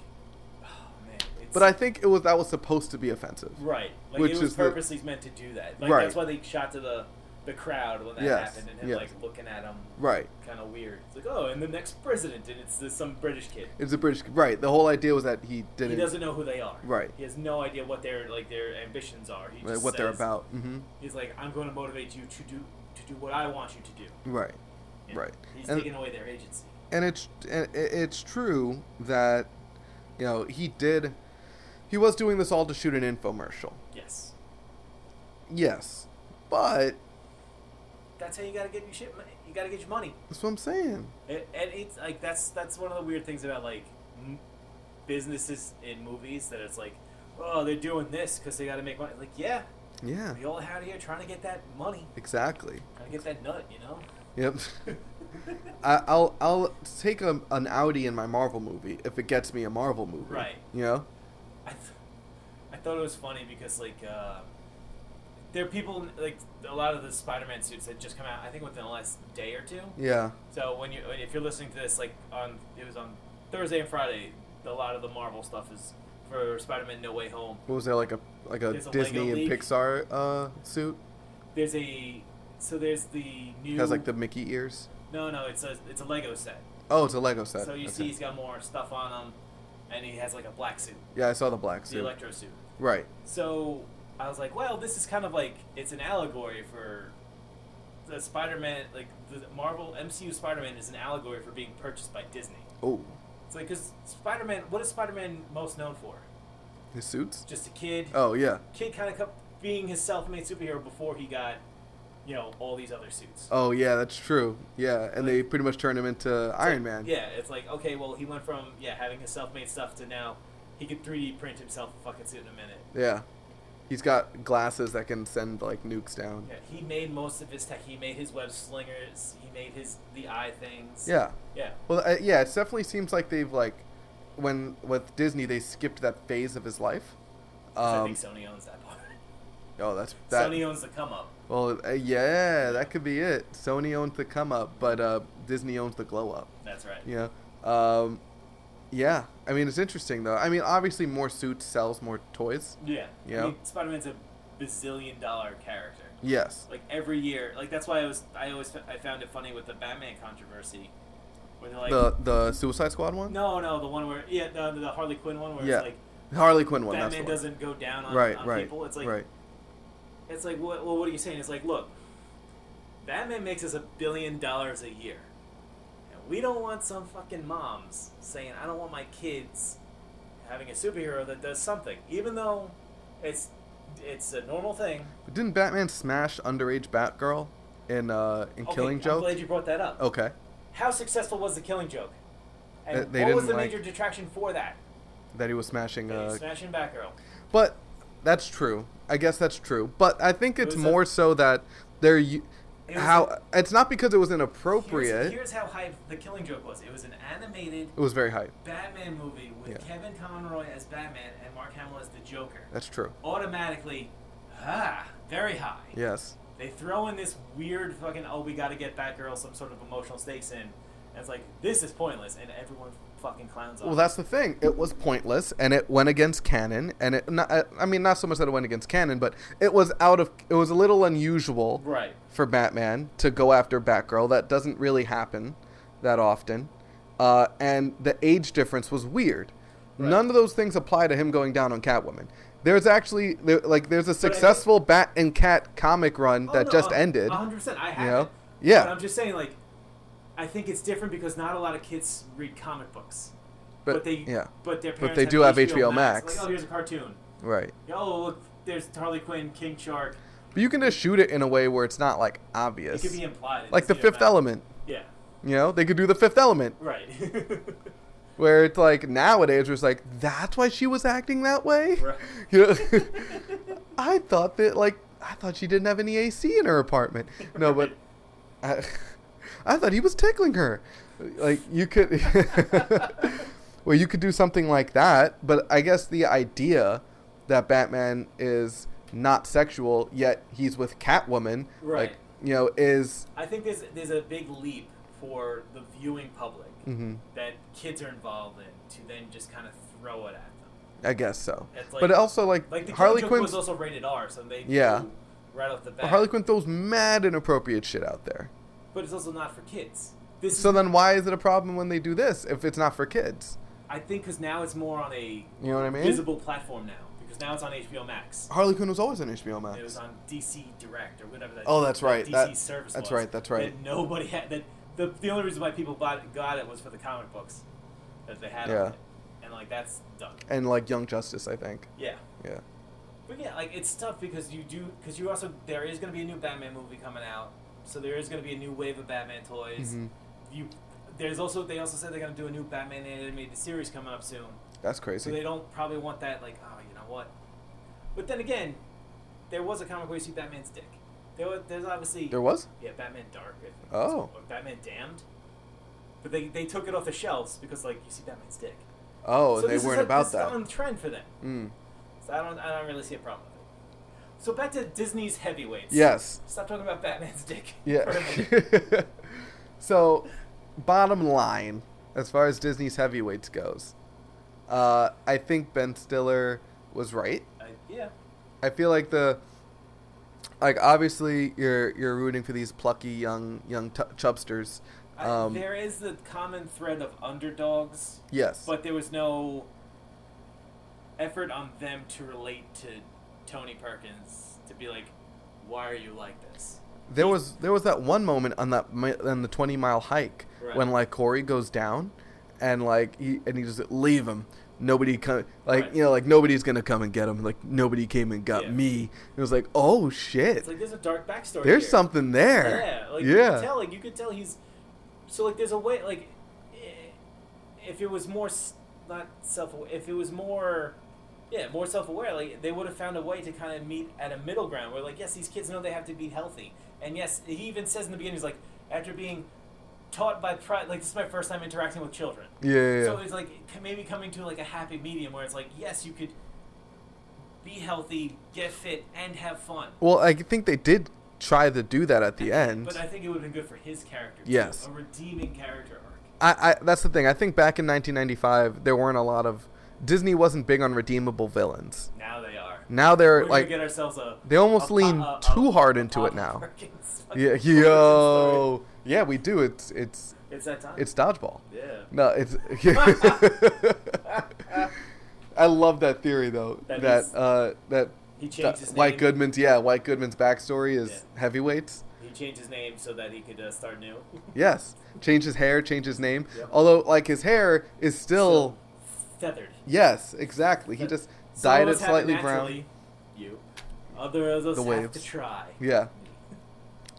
S3: oh man, it's,
S2: But I think it was that was supposed to be offensive.
S3: Right. Like
S2: Which
S3: it was
S2: is the-
S3: purposely meant to do that. Like
S2: Right.
S3: that's why they shot to the the crowd when that
S2: Yes,
S3: happened and him
S2: yes.
S3: like looking at him
S2: Right.
S3: kind of weird. It's like, "Oh, and the next president and it's this, some British kid.
S2: It's a British. Right. The whole idea was that he
S3: He
S2: didn't.
S3: doesn't know who they are.
S2: Right.
S3: He has no idea what their like their ambitions are. He
S2: like,
S3: just
S2: what they're
S3: says-
S2: about. hmm
S3: He's like, "I'm going to motivate you to do to do what I want you to do."
S2: Right.
S3: And
S2: Right.
S3: He's
S2: And-
S3: taking away their agency.
S2: and it's and it- it's true that you know he did he was doing this all to shoot an infomercial
S3: Yes.
S2: yes but
S3: That's how you got to get your shit. mon- You got to get your money.
S2: that's what i'm saying
S3: It, and it's like that's that's one of the weird things about like m- businesses in movies that it's like, oh, they're doing this because they got to make money. Like, yeah,
S2: yeah
S3: we all out here trying to get that money,
S2: exactly
S3: trying to get that nut, you know?
S2: yep I, i'll i'll take a, an audi in my marvel movie if it gets me a marvel movie
S3: Right.
S2: you know
S3: I, th- I thought it was funny because like uh, there are people like a lot of the Spider-Man suits that just come out. I think within the last day or two.
S2: yeah
S3: So when you if you're listening to this, like on it was on Thursday and Friday, a lot of the Marvel stuff is for Spider-Man No Way Home.
S2: what was there like a like a
S3: There's a
S2: disney
S3: Lego
S2: and
S3: leak.
S2: pixar uh suit
S3: There's a so there's the new
S2: has like the mickey ears
S3: no no it's a it's a Lego set.
S2: oh it's a lego set
S3: so you
S2: Okay.
S3: see he's got more stuff on him, and he has like a black suit,
S2: yeah i saw the black
S3: the
S2: suit
S3: electro suit.
S2: right
S3: So I was like, well, this is kind of like it's an allegory for the Spider-Man, like the Marvel MCU Spider-Man is an allegory for being purchased by Disney.
S2: oh
S3: It's like because Spider-Man, what is Spider-Man most known for?
S2: his suits
S3: Just a kid.
S2: oh yeah
S3: Kid kind of kept being his self-made superhero before he got, you know, all these other suits.
S2: Oh yeah, that's true. Yeah, and they pretty much turned him into
S3: It's
S2: Iron
S3: like-
S2: Man.
S3: Yeah, it's like okay, well, he went from yeah having his self-made stuff to now he could 3D print himself a fucking suit in a minute.
S2: Yeah. He's got glasses that can send like nukes down.
S3: Yeah, he made most of his tech. He made his web slingers. He made his the eye things.
S2: Yeah.
S3: yeah,
S2: Well, uh, yeah, it definitely seems like they've like when with Disney they skipped that phase of his life.
S3: 'Cause
S2: Um,
S3: I think Sony owns that part.
S2: Oh, that's that.
S3: Sony owns the come up.
S2: well, uh, yeah, that could be it. Sony owns the come up, but uh, Disney owns the glow up.
S3: That's right.
S2: Yeah. Um, yeah. I mean, it's interesting though. I mean, obviously, more suits sells more toys.
S3: Yeah.
S2: Yeah.
S3: I mean, Spider Man's a bazillion dollar character.
S2: Yes.
S3: Like every year, like that's why I was I always f- I found it funny with the Batman controversy, where they're like,
S2: the the Suicide Squad one.
S3: no, no, the one where yeah, the, the Harley Quinn one where
S2: Yeah.
S3: it's like
S2: Harley Quinn one. that's the
S3: Batman
S2: one.
S3: doesn't go down on,
S2: right.
S3: on
S2: right.
S3: people. It's like
S2: right.
S3: it's like what well, what are you saying? It's like look, Batman makes us a billion dollars a year, and we don't want some fucking moms saying I don't want my kids having a superhero that does something, even though it's it's a normal thing.
S2: But didn't Batman smash underage Batgirl in uh in
S3: Okay,
S2: Killing
S3: I'm
S2: Joke? Oh.
S3: glad you brought that up.
S2: Okay.
S3: How successful was the Killing Joke? And
S2: That they
S3: what was the
S2: didn't like-
S3: major detraction for that?
S2: That he was smashing.
S3: That
S2: Uh,
S3: he's smashing Batgirl.
S2: but that's true. I guess that's true. But I think it's
S3: was
S2: more
S3: a-
S2: so that they're u-
S3: It was
S2: how
S3: a-
S2: it's not because it was
S3: Here's,
S2: inappropriate.
S3: here's how hype the Killing Joke was. It was an animated
S2: It was very hype.
S3: Batman movie with
S2: Yeah.
S3: Kevin Conroy as Batman and Mark Hamill as the Joker.
S2: That's true.
S3: Automatically, ah, very high.
S2: Yes.
S3: They throw in this weird fucking oh we got to get Batgirl some sort of emotional stakes in. And it's like this is pointless, and everyone fucking clowns on.
S2: Well,
S3: it.
S2: that's the thing. It was pointless, and it went against canon. And it, not, I- I mean, not so much that it went against canon, but it was out of. It was a little unusual
S3: right.
S2: for Batman to go after Batgirl. That doesn't really happen that often. Uh, and the age difference was weird.
S3: Right.
S2: None of those things apply to him going down on Catwoman. There's actually there, like there's a
S3: think-
S2: successful Bat and Cat comic run
S3: Oh,
S2: that
S3: no,
S2: just
S3: a-
S2: ended.
S3: a hundred percent. I have.
S2: know?
S3: it.
S2: Yeah.
S3: But I'm just saying, like, I think it's different because not a lot of kids read comic books.
S2: But,
S3: they,
S2: yeah,
S3: But their
S2: But
S3: parents
S2: they do have HBO Max.
S3: Like, oh, here's a cartoon.
S2: right.
S3: Oh, look, there's Harley Quinn, King Shark.
S2: But you can just shoot it in a way where it's not like
S3: It
S2: obvious,
S3: could be implied. It
S2: like the
S3: doesn't
S2: Fifth
S3: matter.
S2: Element.
S3: Yeah.
S2: You know, they could do the Fifth Element.
S3: Right.
S2: Where it's like nowadays, it's like that's why she was acting that way.
S3: Right.
S2: You know? I thought that like I thought she didn't have any AC in her apartment. No, but I, I thought he was tickling her. Like you could, well, you could do something like that. But I guess the idea that Batman is not sexual yet he's with Catwoman,
S3: Right.
S2: like you know, is
S3: I think there's there's a big leap for the viewing public
S2: mhm,
S3: that kids are involved in to then just kind of throw it at them.
S2: I guess so.
S3: It's
S2: but
S3: like-
S2: also like,
S3: Like the
S2: Harley
S3: Harley Quinn
S2: Quinn's-
S3: was also rated R, so they
S2: Yeah.
S3: knew right off the bat.
S2: But Harley Quinn throws mad inappropriate shit out there.
S3: but it's also not for kids. This
S2: So
S3: is,
S2: then why is it a problem when they do this if it's not for kids?
S3: I think because now it's more on a
S2: You know what I mean?
S3: visible platform now because now it's on HBO Max.
S2: Harley Quinn was always on HBO
S3: It
S2: Max.
S3: was on DC Direct or whatever that.
S2: Oh, that's right.
S3: DC
S2: That-
S3: service.
S2: that's
S3: was,
S2: right, that's right.
S3: That nobody had. That the, the only reason why people bought got it was for the comic books that they had.
S2: Yeah.
S3: On it. And like that's done.
S2: And like Young Justice, I think.
S3: Yeah.
S2: Yeah.
S3: But yeah, like it's tough because you do because you also there is going to be a new Batman movie coming out, so there is going to be a new wave of Batman toys.
S2: Mhm.
S3: You there's also they also said they're going to do a new Batman animated series coming up soon,
S2: That's
S3: so
S2: crazy.
S3: they don't probably want that like oh you know what, but then again, there was a comic where you see Batman's dick. There was there's obviously
S2: there was?
S3: yeah Batman Dark I think it's
S2: Oh.
S3: called, or Batman Damned, but they they took it off the shelves because like you see Batman's dick.
S2: Oh,
S3: so
S2: they
S3: this is
S2: weren't
S3: a-
S2: about
S3: this
S2: that.
S3: Is on trend for them.
S2: Mm.
S3: So I don't, I don't really see a problem with it. So back to Disney's heavyweights.
S2: Yes.
S3: Stop talking about Batman's dick.
S2: Yeah.
S3: for a minute.
S2: so, bottom line, as far as Disney's heavyweights goes, uh, I think Ben Stiller was right.
S3: uh, yeah.
S2: I feel like the like obviously you're you're rooting for these plucky young young t- chubsters.
S3: I,
S2: Um,
S3: there is the common thread of underdogs,
S2: yes,
S3: but there was no effort on them to relate to Tony Perkins to be like, why are you like this?
S2: there was there was that one moment on that mi- on the twenty mile hike
S3: Right.
S2: when like Corey goes down, and like he and he just leave him. Nobody come like
S3: Right.
S2: you know like nobody's gonna come and get him. Like nobody came and got
S3: Yeah.
S2: me. It was like oh shit,
S3: It's like there's a dark backstory.
S2: there's
S3: here.
S2: something there.
S3: Yeah, like you
S2: yeah.
S3: could tell, like you could tell he's so like there's a way like eh, if it was more s- not self if it was more yeah more self aware like they would have found a way to kind of meet at a middle ground where like yes these kids know they have to be healthy and yes he even says in the beginning he's like after being taught by pri- like this is my first time interacting with children
S2: yeah, yeah, yeah.
S3: so it's like c- maybe coming to like a happy medium where it's like yes you could be healthy, get fit, and have fun.
S2: Well, I think they did try to do that at the end.
S3: But I think it would have been good for his character. too,
S2: Yes.
S3: a redeeming character arc.
S2: I, I that's the thing. I think back in 1995, there weren't a lot of Disney wasn't big on redeemable villains.
S3: Now they are.
S2: Now they're
S3: We're gonna
S2: like
S3: get ourselves a.
S2: they almost
S3: a-
S2: lean
S3: a- a-
S2: too
S3: a-
S2: hard
S3: a
S2: into it
S3: Pop
S2: now.
S3: Perkins fucking
S2: yeah,
S3: origin
S2: yo, yeah, we do. It's it's
S3: story. It's that time.
S2: it's dodgeball.
S3: yeah.
S2: No, it's. I love that theory though. That
S3: That
S2: that,
S3: is-
S2: uh, that
S3: He changed
S2: that
S3: his
S2: White
S3: name.
S2: Goodman's yeah, White Goodman's backstory is
S3: Yeah.
S2: heavyweights.
S3: He changed his name so that he could uh, start new.
S2: Yes, change his hair, change his name.
S3: Yep.
S2: Although like his hair is still,
S3: feathered.
S2: yes, exactly. He
S3: But
S2: just
S3: Some of
S2: dyed it
S3: us have
S2: slightly brown.
S3: naturally, You. Others of us
S2: The
S3: have
S2: waves.
S3: to try.
S2: Yeah,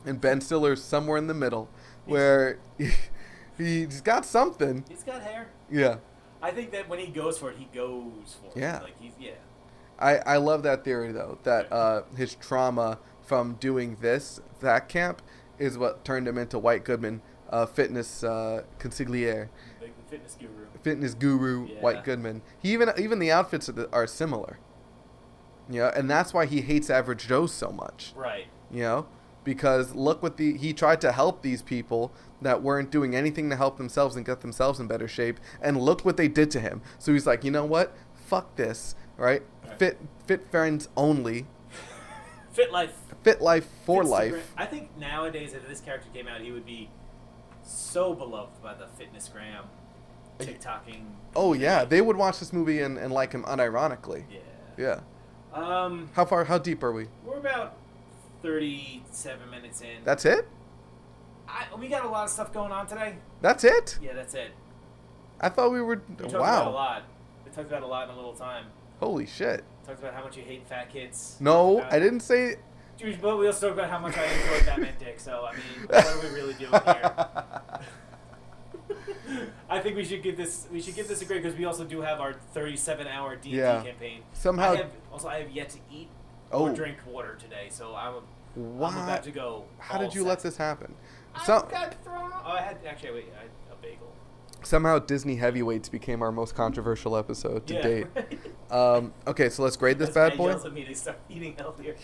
S2: and Ben Stiller's somewhere in the middle, where he's got something.
S3: He's got hair.
S2: Yeah.
S3: I think that when he goes for it, he goes for it.
S2: Yeah.
S3: Like he's yeah.
S2: I, I love that theory though that uh, his trauma from doing this that camp is what turned him into White Goodman, uh, fitness uh, consigliere,
S3: Like the fitness guru.
S2: fitness guru
S3: Yeah.
S2: White Goodman. He even even the outfits are, the, are similar. You know, and that's why he hates Average Joe so much.
S3: Right.
S2: You know, because look what the he tried to help these people that weren't doing anything to help themselves and get themselves in better shape, and look what they did to him. So he's like, you know what? Fuck this, right?
S3: Right.
S2: Fit fit friends only.
S3: Fit life.
S2: Fit life for
S3: Fitstagram.
S2: life.
S3: I think nowadays, if this character came out, he would be so beloved by the fitness gram, TikToking.
S2: Oh yeah,
S3: community.
S2: they would watch this movie and, and like him unironically.
S3: yeah.
S2: Yeah.
S3: Um,
S2: How far? How deep are we?
S3: we're about thirty-seven minutes in.
S2: That's it.
S3: I, we got a lot of stuff going on today.
S2: That's it.
S3: Yeah, that's it.
S2: I thought we were.
S3: We talked about
S2: Wow.
S3: a lot. We talked about a lot in a little time.
S2: Holy shit.
S3: Talked about how much you hate fat kids.
S2: No,
S3: Uh,
S2: I didn't say.
S3: Dude, but we also talked about how much I enjoyed Batman Dick. So I mean, what are we really doing here? I think we should give this we should give this a grade because we also do have our 37 hour D and
S2: Yeah.
S3: D campaign.
S2: Somehow-
S3: I have, also I have yet to eat
S2: Oh.
S3: or drink water today, so I'm
S2: Why-
S3: I'm about to go.
S2: How
S3: all
S2: did you let
S3: sexy.
S2: this happen?
S3: I
S2: So,
S3: got thrown. Oh, I had actually wait, I had a bagel.
S2: somehow Disney heavyweights became our most controversial episode to
S3: yeah.
S2: date. Um, okay, so let's grade this bad boy.
S3: Also, me to start eating healthier.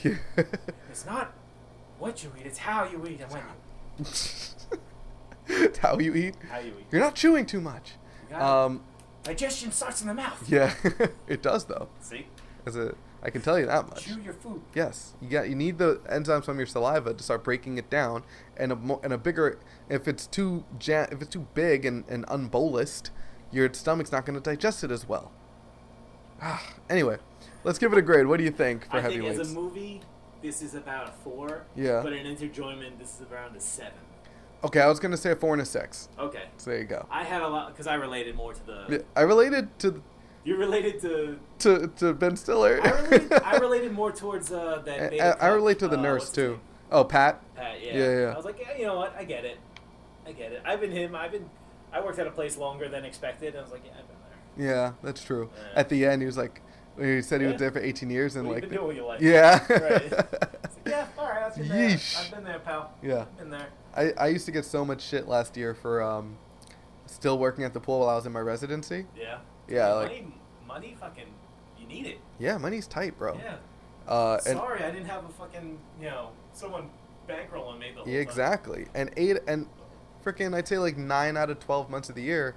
S3: It's not what you eat; it's how you eat and when you.
S2: It's how you eat.
S3: How you eat.
S2: You're not chewing too much.
S3: You got it.
S2: Um,
S3: Digestion starts in the mouth.
S2: yeah, it does though.
S3: See,
S2: As a, I can tell you that much.
S3: chew your food.
S2: Yes, you got you need the enzymes from your saliva to start breaking it down, and a mo- and a bigger if it's too ja- if it's too big and and unbolused, your stomach's not going to digest it as well. Ah, anyway, let's give it a grade. What do you think for
S3: I think
S2: heavyweights?
S3: as a movie, this is about a four.
S2: Yeah.
S3: But in enjoyment, this is around a seven.
S2: okay, I was going to say a four and a six.
S3: Okay.
S2: So there you go.
S3: I had a lot because I related more to the.
S2: Yeah, I related to
S3: You related to.
S2: to to Ben Stiller.
S3: I related, I related more towards uh, that.
S2: I,
S3: beta
S2: I- I
S3: cup,
S2: relate to the
S3: uh,
S2: nurse
S3: what's his
S2: too.
S3: name?
S2: Oh, Pat.
S3: Pat, yeah.
S2: Yeah, yeah.
S3: I was like, yeah, you know what? I get it. I get it. I've been him. I've been. I worked at a place longer than expected. And I was like, yeah, I've been there.
S2: Yeah, that's true.
S3: Yeah.
S2: At the end, he was like, he said he was
S3: uh,
S2: there
S3: Yeah.
S2: for 18 years and
S3: What
S2: like,
S3: you been doing with your life?
S2: yeah.
S3: Right. It's like, yeah, all right. That's been there.
S2: Yeesh.
S3: I've been there, pal.
S2: Yeah.
S3: I've been there.
S2: I, I used to get so much shit last year for um, still working at the pool while I was in my residency.
S3: Yeah.
S2: Yeah,
S3: Hey,
S2: like-
S3: money, money, fucking, you need it.
S2: Yeah, money's tight, bro.
S3: Yeah.
S2: Uh, and
S3: Sorry, I didn't have a fucking, you know, someone bankrolling me the whole
S2: yeah, exactly. And eight and freaking, I'd say like nine out of 12 months of the year,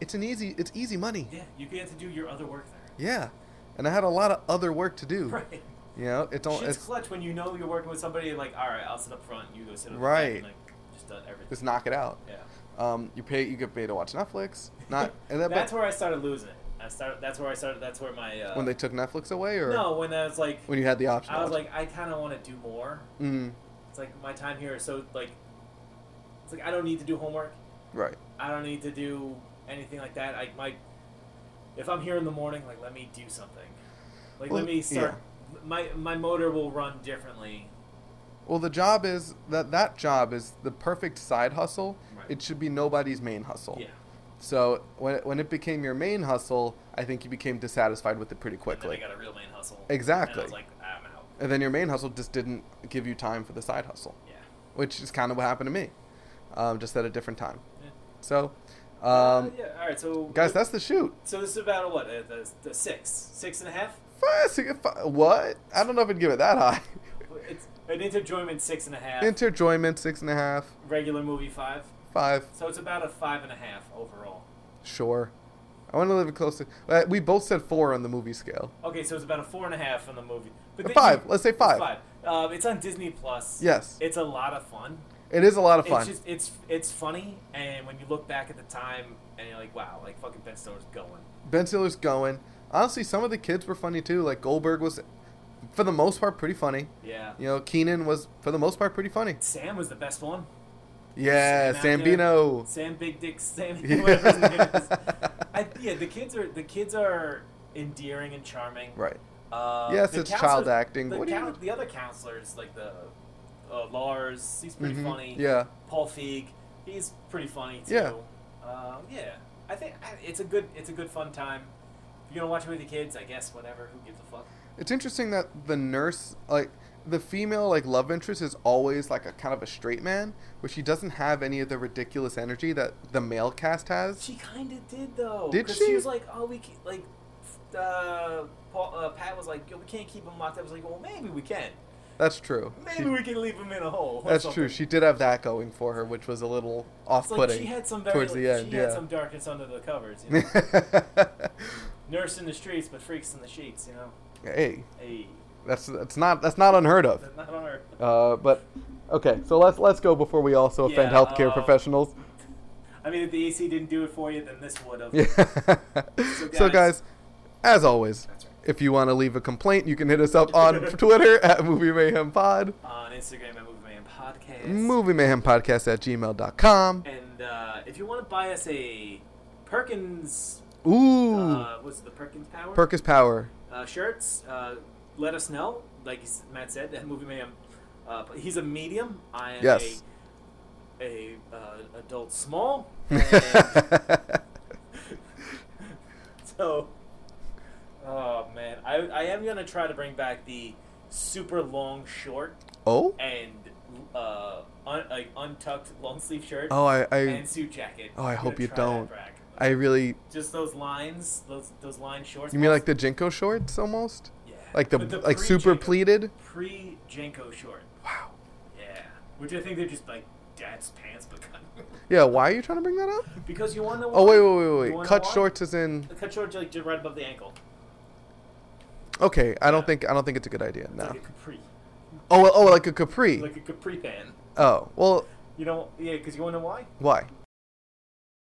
S2: it's an easy, it's easy money.
S3: time. Yeah, you get to do your other work there.
S2: Yeah. And I had a lot of other work to do.
S3: Right.
S2: You know, it's all,
S3: Shit's
S2: it's
S3: clutch when you know you're working with somebody. and Like, all right, I'll sit up front. You go sit up
S2: Right.
S3: Back, and, like, just done everything.
S2: just knock it out.
S3: yeah.
S2: Um, you pay, you get paid to watch Netflix. Not and that,
S3: that's
S2: but
S3: where I started losing it. I started. That's where I started. That's where my. Uh,
S2: when they took Netflix away, or
S3: No, when I was like,
S2: when you had the option. to
S3: I was
S2: watch
S3: like, I kind of want to do more.
S2: it? mm,
S3: It's like my time here is so like. It's like I don't need to do homework.
S2: right,
S3: I don't need to do anything like that. I my if I'm here in the morning, like let me do something. Like
S2: Well,
S3: let me start. My my motor will run differently.
S2: Well, the job is that that job is the perfect side hustle.
S3: Right.
S2: It should be nobody's main hustle.
S3: Yeah.
S2: So when when it became your main hustle, I think you became dissatisfied with it pretty
S3: And then I
S2: quickly.
S3: got a real main hustle. And
S2: Exactly.
S3: I was like, I'm out.
S2: And then your main hustle just didn't give you time for the side hustle,
S3: Yeah.
S2: which is kind of what happened to me, um, just at a different time.
S3: Yeah.
S2: So, um,
S3: Uh, yeah. All right. So
S2: guys, that's the shoot.
S3: so this is about what uh, the the six six and a half.
S2: Classic. fi- What? I don't know if I'd give it that high.
S3: It's an interjoyment six and a half,
S2: Interjoyment six and a half,
S3: regular movie five.
S2: five.
S3: So it's about a five and a half overall.
S2: Sure. I want to live it close to. uh, We both said four on the movie scale.
S3: Okay, so it's about a four and a half on the movie. But
S2: A
S3: then
S2: five. Let's say
S3: it's
S2: five.
S3: Five. Um, it's on Disney Plus.
S2: Yes.
S3: It's a lot of fun.
S2: It is a lot of fun.
S3: It's just it's it's funny, and when you look back at the time, and you're like, wow, like fucking Ben Stiller's going.
S2: Ben Stiller's going. Honestly, some of the kids were funny too. Like Goldberg was, for the most part, pretty funny.
S3: Yeah.
S2: You know, Keenan was for the most part pretty funny.
S3: Sam was the best one.
S2: Yeah,
S3: Sam out there.
S2: Sambino.
S3: Sam Big Dick Sam.
S2: Yeah.
S3: Whatever his name is. I, yeah, the kids are the kids are endearing and charming.
S2: Right.
S3: Uh,
S2: Yes,
S3: the
S2: it's
S3: counselor-
S2: child acting,
S3: The,
S2: but what do you-
S3: coun- the other counselors, like the uh, Lars, he's pretty
S2: Mhm.
S3: funny.
S2: Yeah.
S3: Paul Feig, he's pretty funny too.
S2: Yeah.
S3: Uh, yeah. I think I- it's a good it's a good fun time. If you're gonna watch it with your kids, I guess whatever. Who gives a fuck?
S2: It's interesting that the nurse, like the female, like love interest, is always like a kind of a straight man, where she doesn't have any of the ridiculous energy that the male cast has.
S3: She kind of did though.
S2: Did
S3: 'cause
S2: she?
S3: was like, oh, we can like. Uh, Paul, uh, Pat was like, Yo, we can't keep him locked up. I was like, well, maybe we can.
S2: That's true.
S3: Maybe
S2: She-
S3: we can leave him in a hole. or
S2: that's true.
S3: something.
S2: She did have that going for her, which was a little
S3: It's like
S2: off-putting
S3: she had some very,
S2: towards the
S3: like,
S2: end.
S3: she
S2: yeah.
S3: had some darkness under the covers. You know? Nurse in the streets, but freaks in the sheets. You know,
S2: hey,
S3: hey,
S2: that's that's not that's not unheard of.
S3: that's not on her.
S2: Uh, but okay, so let's let's go before we also offend
S3: Yeah,
S2: healthcare
S3: uh,
S2: professionals.
S3: I mean, if the AC didn't do it for you, then this would have.
S2: Yeah. so
S3: guys-
S2: guys, as always,
S3: That's right.
S2: if you want to leave a complaint, you can hit us up on Twitter at Movie Mayhem Pod,
S3: On Instagram at Movie Man Podcast.
S2: Movie Mayhem Podcast at gmail.com.
S3: And uh, if you want to buy us a Perkins,
S2: Ooh,
S3: uh, what's the Perkins Power?
S2: Perk is power.
S3: uh, shirts, uh, let us know. Like s- Matt said, that movie man, uh, he's a medium. I am
S2: Yes.
S3: a, a uh, adult small. And so, oh man, I, I am gonna try to bring back the super long short
S2: oh,
S3: and uh, un, like untucked long sleeve shirt
S2: oh, I, I,
S3: and suit jacket.
S2: Oh, I
S3: I'm
S2: hope
S3: gonna
S2: you
S3: try that
S2: don't.
S3: back.
S2: I really.
S3: Just those lines, those those line shorts.
S2: You mean like the Jinko shorts almost?
S3: yeah.
S2: Like the,
S3: But
S2: like super
S3: pre-Jenko-
S2: pleated?
S3: pre Jenko short.
S2: Wow.
S3: Yeah. Which I think they're just like dad's pants, but cut.
S2: Yeah. Why are you trying to bring that up?
S3: because you want to.
S2: Oh wait, wait,
S3: You
S2: wait, wait.
S3: wanna
S2: Cut
S3: walk?
S2: shorts is in.
S3: The cut shorts are, like just right above the ankle.
S2: Okay, I don't
S3: Yeah.
S2: think I don't think it's a good idea.
S3: It's
S2: No.
S3: Like a capri,
S2: Oh, well, oh, like a capri.
S3: like a capri pan.
S2: Oh, well,
S3: You know, yeah, because you want to know why?
S2: why?